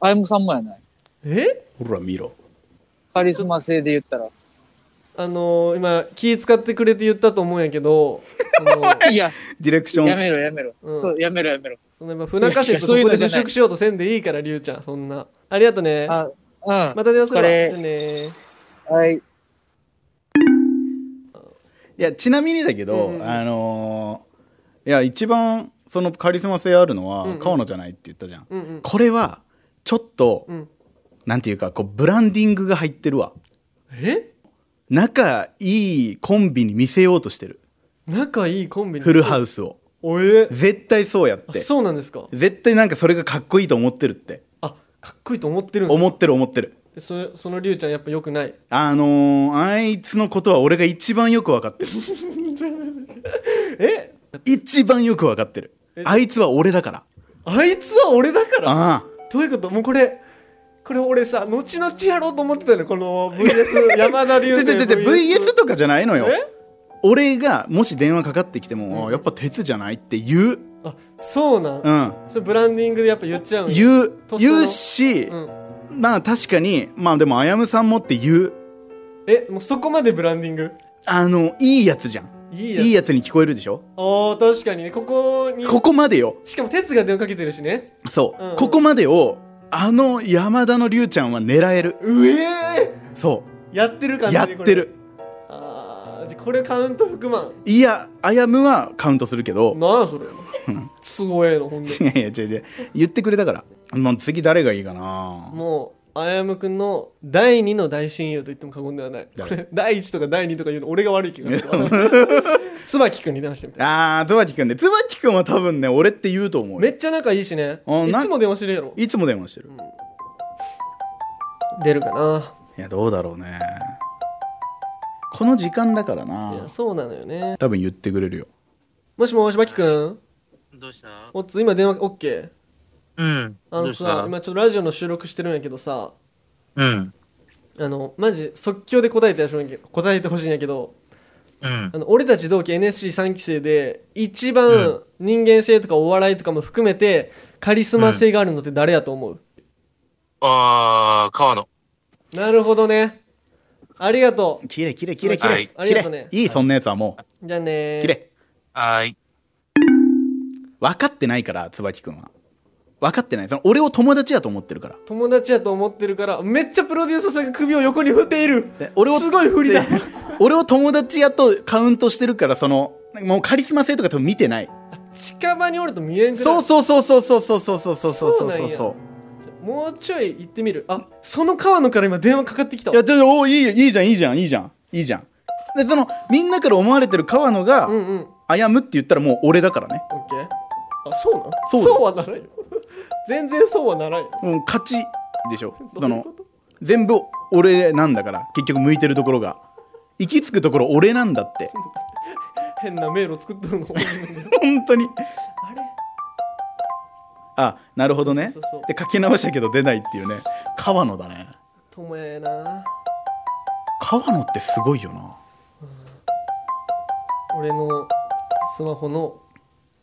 Speaker 3: あやむさんもやない。
Speaker 1: え
Speaker 2: ほら見ろ
Speaker 3: カリスマ性で言ったら。
Speaker 1: あのー、今気使ってくれて言ったと思うんやけどあのー
Speaker 3: いや、
Speaker 2: ディレクショ
Speaker 3: や
Speaker 2: ン
Speaker 3: めろやめろ。
Speaker 1: うん
Speaker 3: そう、やめろやめろ。
Speaker 1: そのやっぱ不仲説こ
Speaker 3: そういう
Speaker 1: こ
Speaker 3: の
Speaker 1: で
Speaker 3: じゃない
Speaker 1: 払拭しようとせんでいいからりゅうちゃんそんなありがとうね
Speaker 3: あ、うん。
Speaker 1: また電話するわ
Speaker 3: お疲れ
Speaker 1: じゃあねー
Speaker 3: はい。
Speaker 2: いやちなみにだけど、
Speaker 1: うんうん
Speaker 2: あのーいや一番そのカリスマ性ある
Speaker 1: う
Speaker 2: の
Speaker 1: んう
Speaker 2: は
Speaker 1: ん
Speaker 2: 川野じゃないって言ったじゃん、
Speaker 1: うんうん
Speaker 2: これはちょっと、
Speaker 1: うん
Speaker 2: なんていうかこうブランディングが入ってるわ
Speaker 1: え
Speaker 2: 仲いいコンビに見せようとしてる
Speaker 1: 仲いいコンビに
Speaker 2: フルハウスを
Speaker 1: おえ
Speaker 2: 絶対そうやっ
Speaker 1: あ
Speaker 2: て
Speaker 1: そうなんですか
Speaker 2: 絶対なんかそれがかっこいいと思ってるって
Speaker 1: あかっこいいと思ってるんです
Speaker 2: 思ってる思ってる
Speaker 1: それそのりゅうちゃんやっぱ良くない [LAUGHS]
Speaker 2: あのーあいつのことは俺が一番よく分かってる
Speaker 1: え
Speaker 2: 一番よく分かってる
Speaker 1: え
Speaker 2: あいつは俺だから
Speaker 1: あいつは俺だから
Speaker 2: ああ
Speaker 1: どういうこともうこれこれ俺さ後々やろうと思ってたのこの
Speaker 2: [LAUGHS]
Speaker 1: VS 山田
Speaker 2: ち
Speaker 1: 流
Speaker 2: ょちょちょちょ VS とかじゃないのよ
Speaker 1: え
Speaker 2: 俺がもし電話かかってきても、
Speaker 1: うん
Speaker 2: あやっぱ鉄じゃないって言う
Speaker 1: あそうなん、
Speaker 2: うん
Speaker 1: それブランディングでやっぱ言っちゃうんや
Speaker 2: 言う
Speaker 1: と
Speaker 2: 言うし、
Speaker 1: うん、
Speaker 2: まあ確かにまあでもあやむさんもって言う
Speaker 1: えもうそこまでブランディング
Speaker 2: あのいいやつじゃん
Speaker 1: いい
Speaker 2: い
Speaker 1: や
Speaker 2: いやつに聞こえるでしょ
Speaker 1: おー確かにねここに
Speaker 2: ここまでよ
Speaker 1: しかも哲が電話かけてるしね
Speaker 2: そう、
Speaker 1: うんうん
Speaker 2: ここまでをあの山田の龍ちゃんは狙える
Speaker 1: うえ
Speaker 2: そ
Speaker 1: ー、やってる感
Speaker 2: う
Speaker 1: じ
Speaker 2: や
Speaker 1: ね
Speaker 2: ってる
Speaker 1: これあーじゃあこれカウント含まん
Speaker 2: いやあやむはカウントするけど [LAUGHS]
Speaker 1: なあそれすごいのほんで
Speaker 2: 違う違う違う言ってくれたからもう次誰がいいかな
Speaker 1: もうあやむくんの第2の大親友と言っても過言ではない
Speaker 2: 誰
Speaker 1: これ第1とか第2とか言うの俺が悪い気がする
Speaker 2: [LAUGHS]
Speaker 1: 椿くんに電話してみた
Speaker 2: あー椿くんね椿くんは多分ね俺って言うと思う
Speaker 1: め
Speaker 2: よ
Speaker 1: っちゃ仲いいしね
Speaker 2: あ
Speaker 1: い
Speaker 2: な
Speaker 1: つも電話してるやろ
Speaker 2: いつも電話してる
Speaker 1: 出るかない
Speaker 2: やどうだろうねこの時間だからない
Speaker 1: やそうなのよね
Speaker 2: 多分言ってくれるよ
Speaker 1: もしもしばきくん
Speaker 4: どうした
Speaker 1: おっつ今電話 OK
Speaker 4: うん。
Speaker 1: あ
Speaker 4: ど
Speaker 1: の
Speaker 4: うし
Speaker 1: さ
Speaker 4: た
Speaker 1: 今ちょっとラジオの収録してるんやけどさ
Speaker 4: うん。
Speaker 1: あのマジ即興で答えてほしいんやけど答えてほしいんやけど
Speaker 4: うん
Speaker 1: あ。の俺たち同期 NSC3 期生で一
Speaker 4: う
Speaker 1: 番
Speaker 4: ん
Speaker 1: 人間性とかお笑いとかも含めてカリスマ性があるのって誰やと思う、
Speaker 4: ああ、川野。
Speaker 1: なるほどねありがと
Speaker 2: キレキレキレキ
Speaker 4: は
Speaker 2: レ
Speaker 4: い
Speaker 1: ありがとうね
Speaker 2: いいそんなやつはも
Speaker 1: うじゃあねー
Speaker 2: うキレ
Speaker 4: はーい。
Speaker 2: 分かってないから椿くんは分かってないその俺を友達やと思ってるから
Speaker 1: 友達やと思ってるからめっちゃプロデューサーさんが首を横に振っている
Speaker 2: で俺を
Speaker 1: すごい振りだ
Speaker 2: 俺を友達やとカウントしてるからそのもうカリスマ性とか多分見てない
Speaker 1: 近場におると見えんくな
Speaker 2: そう
Speaker 1: る
Speaker 2: そうそうそうそうそうそうそうそうそう
Speaker 1: そう
Speaker 2: そう
Speaker 1: なん
Speaker 2: そ
Speaker 1: や
Speaker 2: うそ
Speaker 1: もうちょい行ってみるあその川野から今電話かかってきた
Speaker 2: ういやちょっとおーいいよいいじゃんいいじゃんいいじゃんいいじゃんでそのみんなから思われてる川野が
Speaker 1: うんうんオッ
Speaker 2: 「あやむ」って言ったらもう俺だからね
Speaker 1: ケーあそうなん
Speaker 2: そうよ
Speaker 1: はならんよ [LAUGHS] 全然そうはならんよ
Speaker 2: もう勝ちでしょ
Speaker 1: ど
Speaker 2: そう
Speaker 1: いう
Speaker 2: の
Speaker 1: こと
Speaker 2: 全部俺なんだから結局向いてるところが行き着くところ俺なんだって
Speaker 1: 変な迷路作っとるのあ
Speaker 2: 本当に
Speaker 1: れ
Speaker 2: あなるほどね
Speaker 1: そうそうそう
Speaker 2: で書き直したけど出ないっていうね川野だね
Speaker 1: 友やな
Speaker 2: 川野ってすごいよな
Speaker 1: 俺のスマホの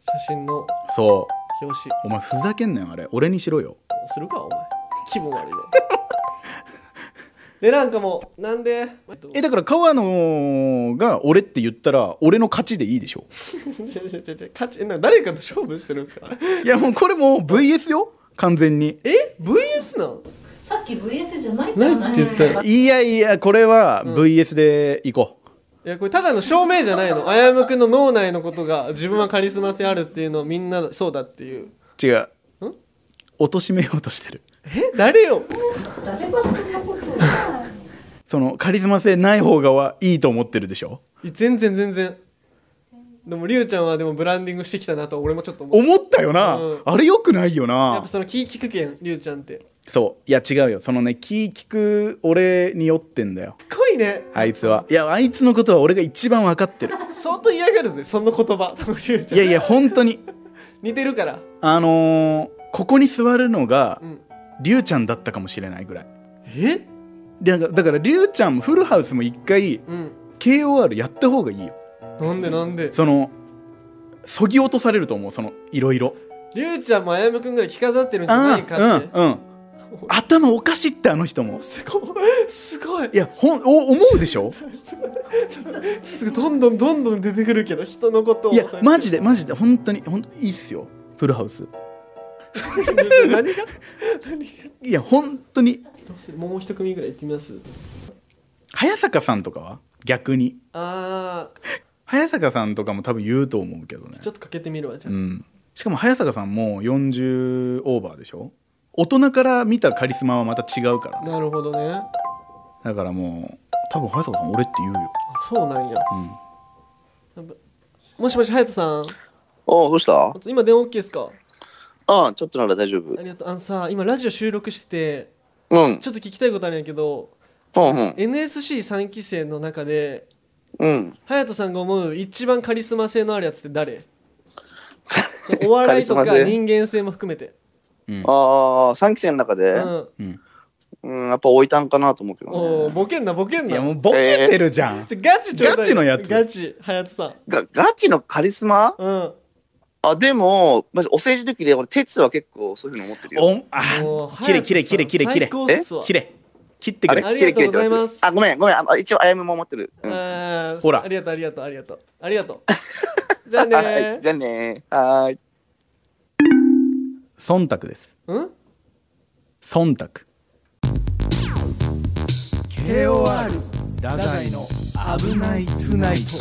Speaker 1: 写真の
Speaker 2: そう
Speaker 1: 表紙
Speaker 2: お前ふざけんなよあれ俺にしろよ
Speaker 1: するかお前気分
Speaker 2: [LAUGHS]
Speaker 1: 悪いなでなんかもうなんで [LAUGHS]
Speaker 2: えだから川野が俺って言ったら俺の勝ちでいいでしょ
Speaker 1: ちょちょちょちょ勝ちえな誰かと勝負してるんですか
Speaker 2: いやもうこれもう VS よ完全に
Speaker 1: え VS なん
Speaker 5: さっっき VS じゃないって
Speaker 1: ないっ
Speaker 5: 話
Speaker 1: て言ったよ
Speaker 2: いやいやこれは VS で行こ
Speaker 1: いやこれただの証明じゃ
Speaker 2: [LAUGHS]
Speaker 1: ないのあやむくんの脳内のことが自分はカリスマ性あるっていうのをみんなそうだっていう
Speaker 2: う違うん貶としめようとしてる
Speaker 1: え誰よ
Speaker 5: 誰がそんなことを
Speaker 2: そのカリスマ性ない方がいいと思ってるでしょ
Speaker 1: いや全然全然でもりゅうちゃんはでもブランディングしてきたなと俺もちょっと思う
Speaker 2: 思ったよな、
Speaker 1: うん
Speaker 2: あれよくないよ
Speaker 1: やっ
Speaker 2: な
Speaker 1: ぱその気利くけんりゅうちゃんって
Speaker 2: そういや違うよそのね気利く俺に酔ってんだよ
Speaker 1: すごいね
Speaker 2: あいつはいやあいつのことは俺が一番分かってる
Speaker 1: 相当嫌がるぜその言葉多分りゅうちゃん
Speaker 2: いやいや本当に
Speaker 1: 似てるから
Speaker 2: あのーここに座るのが
Speaker 1: うん
Speaker 2: りゅうちゃんだったかもしれないぐらい
Speaker 1: え
Speaker 2: でなんかだからりゅうちゃんもフルハウスも一回
Speaker 1: うん
Speaker 2: KOR やった方がいいよ
Speaker 1: なんでなんで
Speaker 2: そのそぎ落とされると思うそのいろいろ
Speaker 1: りゅうちゃんもあやむくんぐらい着飾ってるんじゃな
Speaker 2: あ
Speaker 1: いかって、
Speaker 2: あうんうん頭おかしいってあの人も
Speaker 1: すごいすごい
Speaker 2: いやほんお思うでしょ
Speaker 1: すどんどんどんどん出てくるけど人のことを
Speaker 2: いやマジでマジで本当に本当いいっすよフルハウス
Speaker 1: [LAUGHS] 何が何が
Speaker 2: いや本当に
Speaker 1: どうするもう一組ぐらい行ってみます
Speaker 2: 早坂さんとかは逆に
Speaker 1: あ
Speaker 2: 早坂さんとかも多分言うと思うけどね
Speaker 1: ーちょっとかけてみるわじゃ
Speaker 2: う
Speaker 1: あ、
Speaker 2: ん、しかも早坂さんも40オーバーでしょ大人から見たカリスマはまた違うからね
Speaker 1: なるほどねあ
Speaker 2: だからもう多分早坂さん俺って言うよ、
Speaker 1: そうなんや
Speaker 2: うん、
Speaker 1: もしもし隼人さ
Speaker 6: おどうした
Speaker 1: ん今電話 OK ですか
Speaker 6: ああ、ちょっとなら大丈夫
Speaker 1: あ。りがとうあのさ今ラジオ収録してて
Speaker 6: うん。
Speaker 1: ちょっと聞きたいことあるんやけど
Speaker 6: うんうん。
Speaker 1: NSC3 期生の中で
Speaker 6: うん。
Speaker 1: 隼人さんが思う一番カリスマ性のあるやつって誰お笑いと
Speaker 6: カリスマ
Speaker 1: か
Speaker 6: 性
Speaker 1: 人間性も含めて、
Speaker 6: ああ、三期生の中
Speaker 1: う
Speaker 6: で、
Speaker 1: ん、
Speaker 6: うん、やっぱ置いたんかなと思うけ
Speaker 1: お
Speaker 6: ど
Speaker 1: お
Speaker 6: ね。
Speaker 1: ボケんなボケん
Speaker 2: い
Speaker 1: な
Speaker 2: やもうボケてるじゃん、
Speaker 1: ちょガチちょうだい
Speaker 2: ガチのやつ
Speaker 1: ガチ隼人さん
Speaker 6: がガチのカリスマ
Speaker 1: うん
Speaker 6: あ、でも、まじお世辞の時で俺、鉄は結構そういうふうに思ってるよ。
Speaker 2: おあ
Speaker 1: もう
Speaker 2: [LAUGHS] キレキレキレキレ
Speaker 1: 隼
Speaker 2: キレ
Speaker 1: 人さん最高っすわ
Speaker 2: キレ切ってくれ
Speaker 1: ありがとうございます
Speaker 6: あ、ごめん、ごめん。あ一応、あやめも持ってる。うん
Speaker 1: あー
Speaker 2: ほら
Speaker 1: ありがとうありがとうありがとうありがとうじゃあね
Speaker 2: [LAUGHS]
Speaker 6: はい、
Speaker 1: ー
Speaker 6: じゃあねー。はーい。
Speaker 2: 忖度です
Speaker 1: うん
Speaker 2: 忖度
Speaker 1: KOR
Speaker 2: 太
Speaker 1: 宰の
Speaker 2: 危ないトゥナイト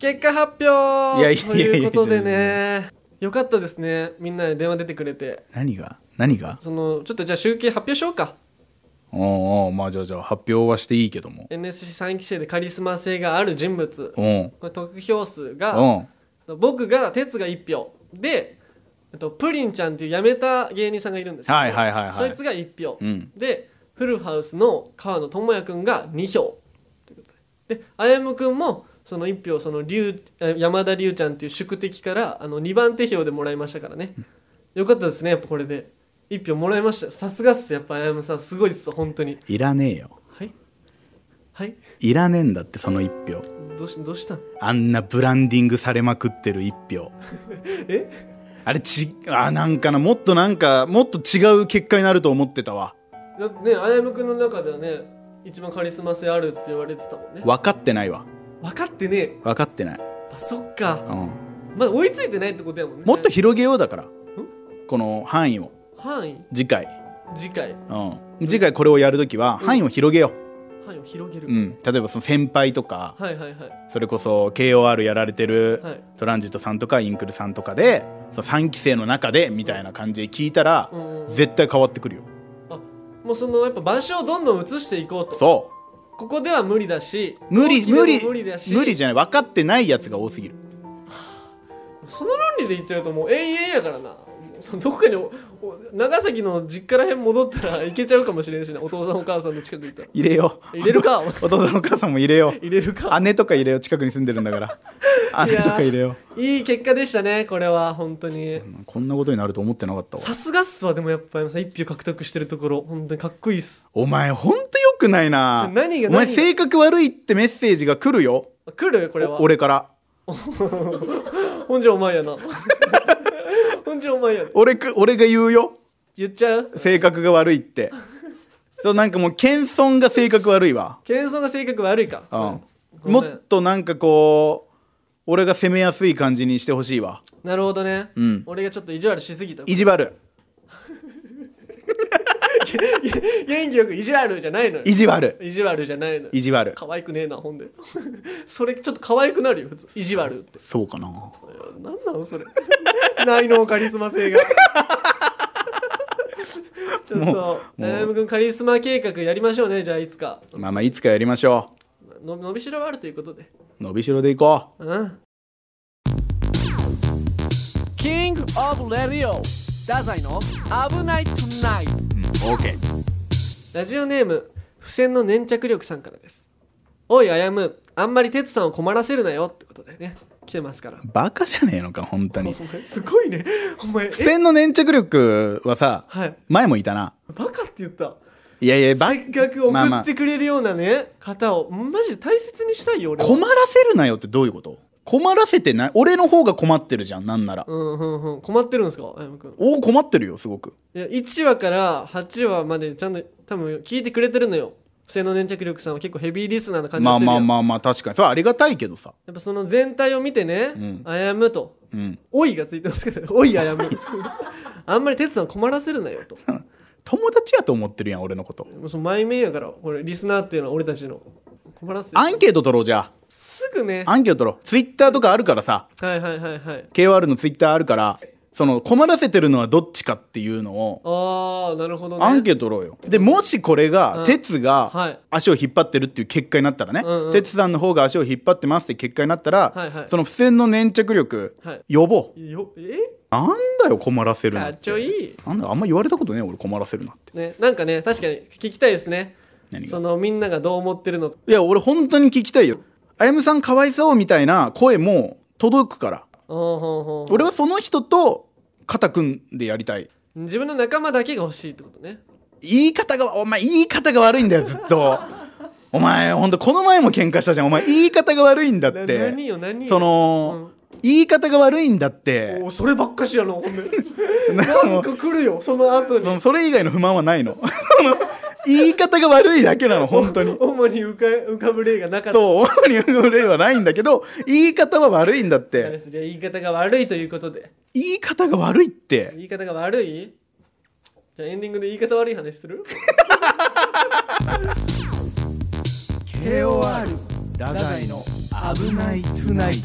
Speaker 1: 結果発表
Speaker 2: いやいやいや
Speaker 1: ということでねよかったですねみんなで電話出てくれて
Speaker 2: 何が何が
Speaker 1: そのちょっとじゃあ集計発表しようか
Speaker 2: おうおうまあじゃあじゃあ発表はしていいけども
Speaker 1: NSC3 期生でカリスマ性がある人物
Speaker 2: うん
Speaker 1: これ得票数が
Speaker 2: うん
Speaker 1: 僕が哲が1票でえっとプリンちゃんっていう辞めた芸人さんがいるんですけど
Speaker 2: はいはいはいはい
Speaker 1: そいつが1票、
Speaker 2: うん
Speaker 1: でフルハウスの川野智也くんが2票ということでであやむくんもその1票その龍え山田龍ちゃんっていう宿敵からあの2番手票でもらいましたからねよかったですねやっぱこれで1票もらいましたさすがっすやっぱあやむさんすごいっす本当に
Speaker 2: いらねえよ
Speaker 1: はいはい
Speaker 2: いらねえんだってその一票
Speaker 1: どうしどうしたん
Speaker 2: あんなブランディングされまくってる一 [LAUGHS] 票
Speaker 1: え
Speaker 2: あれちあなんかなもっとなんかもっと違う結果になると思ってたわ
Speaker 1: だってねあやむくんの中ではね一番カリスマ性あるって言われてたもんね
Speaker 2: 分かってないわ
Speaker 1: 分かってねえ
Speaker 2: 分かってない、
Speaker 1: あそっか
Speaker 2: うん、
Speaker 1: まだ追いついてないってことやもんね
Speaker 2: もっと広げようだからこの範囲を
Speaker 1: 範囲
Speaker 2: 次回、
Speaker 1: 次回
Speaker 2: うん、次回これをやるときは範囲を広げよ
Speaker 1: 範囲を広げる、
Speaker 2: う、うん、例えばその先輩とか
Speaker 1: はいはいはい
Speaker 2: それこそ KOR やられてる
Speaker 1: はい
Speaker 2: トランジットさんとかインクルさんとかでその3期生の中でみたいな感じで聞いたら
Speaker 1: うんうん
Speaker 2: 絶対変わってくるよ
Speaker 1: もうそのやっぱ場所をどんどん移していこうと
Speaker 2: そう
Speaker 1: ここでは無理だし
Speaker 2: 無理
Speaker 1: 大きでも
Speaker 2: 無理
Speaker 1: 無理だし
Speaker 2: 無理じゃない分かってないやつが多すぎる
Speaker 1: その論理で言っちゃうともう永遠やからな [LAUGHS] もうそのどっかにおお長崎の実家らへん戻ったら行けちゃうかもしれんしなお父さんお母さんの近く行ったら
Speaker 2: 入れよう
Speaker 1: 入れるか
Speaker 2: お父さんお母さんも入れよ
Speaker 1: 入れる
Speaker 2: う
Speaker 1: か
Speaker 2: 姉とか入れよう近くに住んでるんだから
Speaker 1: い
Speaker 2: 姉
Speaker 1: やー
Speaker 2: とか入れよ
Speaker 1: いい結果でしたねこれは本当に
Speaker 2: うこんなことになると思ってなかったわ
Speaker 1: さすがっすわでもやっぱ山さん一票獲得してるところ本当にかっこいいっす
Speaker 2: お前ほんとよくないな
Speaker 1: それ何が
Speaker 2: お前
Speaker 1: 何が
Speaker 2: 性格悪いってメッセージが来るよ
Speaker 1: 来るこれは
Speaker 2: お俺から
Speaker 1: ほんじゃお前やな [LAUGHS] ほんじゃお前やな
Speaker 2: 俺く俺が言うよ
Speaker 1: 言っちゃう
Speaker 2: 性格が悪いって
Speaker 1: [LAUGHS]
Speaker 2: そうなんかもう謙遜が性格悪いわ
Speaker 1: 謙遜が性格悪いか、
Speaker 2: うん
Speaker 1: ごめ
Speaker 2: も
Speaker 1: ん
Speaker 2: っとなんかこう俺が攻めやすい感じにしてほしいわ
Speaker 1: なるほどね、
Speaker 2: うん
Speaker 1: 俺がちょっと意地悪しすぎた
Speaker 2: 意地悪
Speaker 1: 元気よく意地悪じゃないのよ
Speaker 2: 意地悪
Speaker 1: 意地悪じゃないのよ
Speaker 2: 意地悪
Speaker 1: 可愛くねえなほんでそれちょっと可愛くなるよ普通意地悪って
Speaker 2: そうかな
Speaker 1: 何なのそれ [LAUGHS] 内能カリスマ性
Speaker 2: [LAUGHS]
Speaker 1: がちょっ
Speaker 2: もう
Speaker 1: と悩む君カリスマ計画やりましょうねじゃあいつか
Speaker 2: まあまあいつかやりましょ
Speaker 1: の伸びしろはあるということで
Speaker 2: う伸びしろでいこ
Speaker 1: うんキングオブレディオダザイの危ないトゥナイト
Speaker 2: う、オーケー
Speaker 1: ラジオネーム付箋の粘着力さんからですおいあやむあんまり哲さんを困らせるなよってことでね来てますから
Speaker 2: バカじゃねえのか本当
Speaker 1: お
Speaker 2: に
Speaker 1: 前すごいねお前え
Speaker 2: 付箋の粘着力はさ
Speaker 1: はい
Speaker 2: 前もいたな
Speaker 1: バカって言った
Speaker 2: いやいやバ
Speaker 1: せっかく
Speaker 2: まあ
Speaker 1: 送
Speaker 2: ま
Speaker 1: っ
Speaker 2: あ
Speaker 1: てくれるようなね方をマジで大切にしたいよ俺は
Speaker 2: 困らせるなよってどういうこと困らせてない俺の方が困ってるじゃんなんなら、
Speaker 1: うんうんうん困ってるんですかあやむくん
Speaker 2: おお困ってるよすごく
Speaker 1: いや1話から8話までちゃんと多分聞いてくれてるのよ不正の粘着力さんは結構ヘビーリスナーな感じが
Speaker 2: まあ
Speaker 1: してる
Speaker 2: まあ
Speaker 1: やん
Speaker 2: まあまあ確かにそれはありがたいけどさ
Speaker 1: やっぱその全体を見てね
Speaker 2: うん
Speaker 1: あやむと
Speaker 2: うん
Speaker 1: 「おい」がついてますけど「おいあやむ」あんまり哲さんを困らせるなよと
Speaker 2: 友達やと思ってるやん俺のこと
Speaker 1: もうその前面やから俺リスナーっていうのは俺たちの困らせる
Speaker 2: アンケート取ろうじゃ
Speaker 1: すぐね
Speaker 2: あアンケート取ろうツイッターとかあるからさ
Speaker 1: はいはいはいはい
Speaker 2: KOR のツイッターあるからその困らせてるのはどっちかっていうのを
Speaker 1: ああなるほどね
Speaker 2: アンケート取ろうよでもしこれ
Speaker 1: う
Speaker 2: が
Speaker 1: ん
Speaker 2: 鉄
Speaker 1: はい
Speaker 2: が足を引っ張ってるっていう結果になったらね
Speaker 1: うんうん
Speaker 2: 鉄さんの方が足を引っ張ってますって結果になったら、
Speaker 1: はいはい
Speaker 2: その付箋の粘着力
Speaker 1: はい
Speaker 2: 呼ぼう
Speaker 1: よえ
Speaker 2: なんだよ困らせる
Speaker 1: か
Speaker 2: なっ
Speaker 1: ってちょいい
Speaker 2: なんだあんま言われたことねえ俺困らせるなって
Speaker 1: ねなんかね確かに聞きたいですね
Speaker 2: 何
Speaker 1: そ
Speaker 2: が
Speaker 1: のみんながどう思ってるのか
Speaker 2: いや俺本当に聞きたいよあやむさんかわいそうみたいな声も届くから
Speaker 1: ほうほうほう
Speaker 2: 俺はその人と肩組んでやりたい
Speaker 1: 自分の仲間だけが欲しいってことね
Speaker 2: 言い方がお前言い方が悪いんだよずっ
Speaker 1: [LAUGHS]
Speaker 2: とお前ほんとこの前も喧嘩したじゃんお前言い方が悪いんだっ
Speaker 1: な
Speaker 2: て
Speaker 1: 何よ何よ
Speaker 2: その、言い方が悪いんだって
Speaker 1: おーそればっかしやなほんで
Speaker 2: [LAUGHS] なんか
Speaker 1: なんか来るよその後
Speaker 2: その
Speaker 1: に
Speaker 2: それ以外の不満はないの [LAUGHS] その言い方が悪いだけなの本
Speaker 1: [LAUGHS]
Speaker 2: 当に
Speaker 1: 主に浮か浮かぶ例がなかった
Speaker 2: そう主に悪いはないんだけど言い方は悪いんだっ
Speaker 1: はい
Speaker 2: て
Speaker 1: じゃあ言い方が悪いということで
Speaker 2: 言い方が悪いって
Speaker 1: 言い方が悪いじゃあエンディングで言い方悪い話す
Speaker 2: [LAUGHS]
Speaker 1: る
Speaker 2: KOR 太宰の「危ないトゥナイト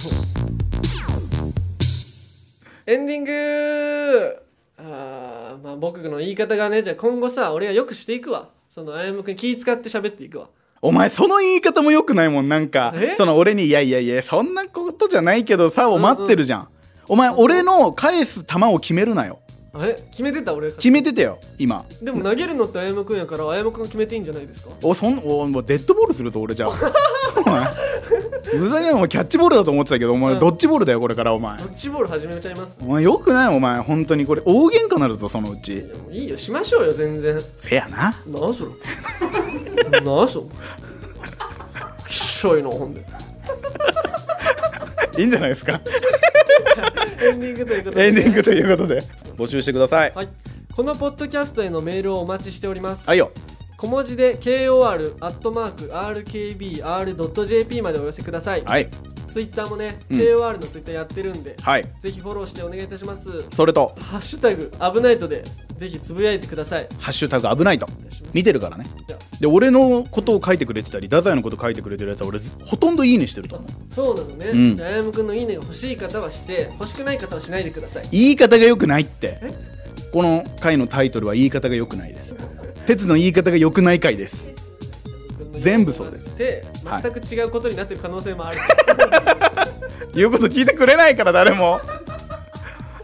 Speaker 1: エンディングあーまあ僕の言い方がねじゃあ今後さ俺はよくしていくわそのあやむくん気使って喋っていくわ」
Speaker 2: お前その言い方もよくないもんなんか
Speaker 1: え
Speaker 2: その俺に「いやいやいやそんなことじゃないけどさ」を
Speaker 1: うん
Speaker 2: 待ってるじゃん、お前俺の返す球を決めるなよ
Speaker 1: え決めてた俺
Speaker 2: 決めてたよ今
Speaker 1: でも投げるのってあやむくんやからあやむくんが決めていいんじゃないですか
Speaker 2: おそんおもうデッドボールするぞ俺じゃあお前ふざけんなお前キャッチボールだと思ってたけどお前
Speaker 1: うん
Speaker 2: ドッジボールだよこれからお前
Speaker 1: ドッジボール始めちゃいます
Speaker 2: お前よくないお前本当にこれ大喧嘩なるぞそのうち
Speaker 1: いやもういいよしましょうよ全然
Speaker 2: せやな
Speaker 1: なあそ
Speaker 2: [LAUGHS]
Speaker 1: れなあそれきっしょいなほ
Speaker 2: [LAUGHS]
Speaker 1: んで
Speaker 2: いいんじゃないですか [LAUGHS]
Speaker 1: エンディングということで
Speaker 2: エンディングということで募集してください
Speaker 1: はいこのポッドキャストへのメールをお待ちしております、
Speaker 2: はいよ
Speaker 1: 小文字で kor.rkbr.jp までお寄せください、
Speaker 2: はい
Speaker 1: ツイッターもね、
Speaker 2: うん
Speaker 1: kor のツイッターやってるんで、
Speaker 2: はい
Speaker 1: ぜひフォローしてお願いいたします
Speaker 2: それと
Speaker 1: ハッシュタグ危ないとでぜひつぶやいてください
Speaker 2: 「ハッシュタグ危ないと
Speaker 1: お」願いします
Speaker 2: 見てるからね
Speaker 1: いや
Speaker 2: で俺のことを書いてくれてたり太宰のこと書いてくれてるやつは俺ほとんどいいねしてると思う
Speaker 1: そうなのね、
Speaker 2: うん
Speaker 1: じゃああやむくんのいいねが欲しい方はして欲しくない方はしないでください
Speaker 2: 言い方が良くないってこの回のタイトルは言い方が良くないです鉄の言い方が良くない回です全部そうです
Speaker 1: で
Speaker 2: はい
Speaker 1: 全く違うことになってる可能性もある、
Speaker 2: 言うこと聞いてくれないから誰も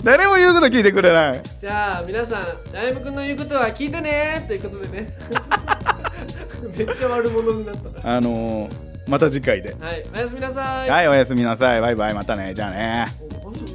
Speaker 2: 誰も言うこと聞いてくれない
Speaker 1: じゃあ皆さんあやむくんの言うことは聞いてねーということでね [LAUGHS] めっちゃ悪者になったな
Speaker 2: あのー、また次回で
Speaker 1: はいおやすみなさい
Speaker 2: はいおやすみなさいバイバイまたねじゃあね
Speaker 1: おあそう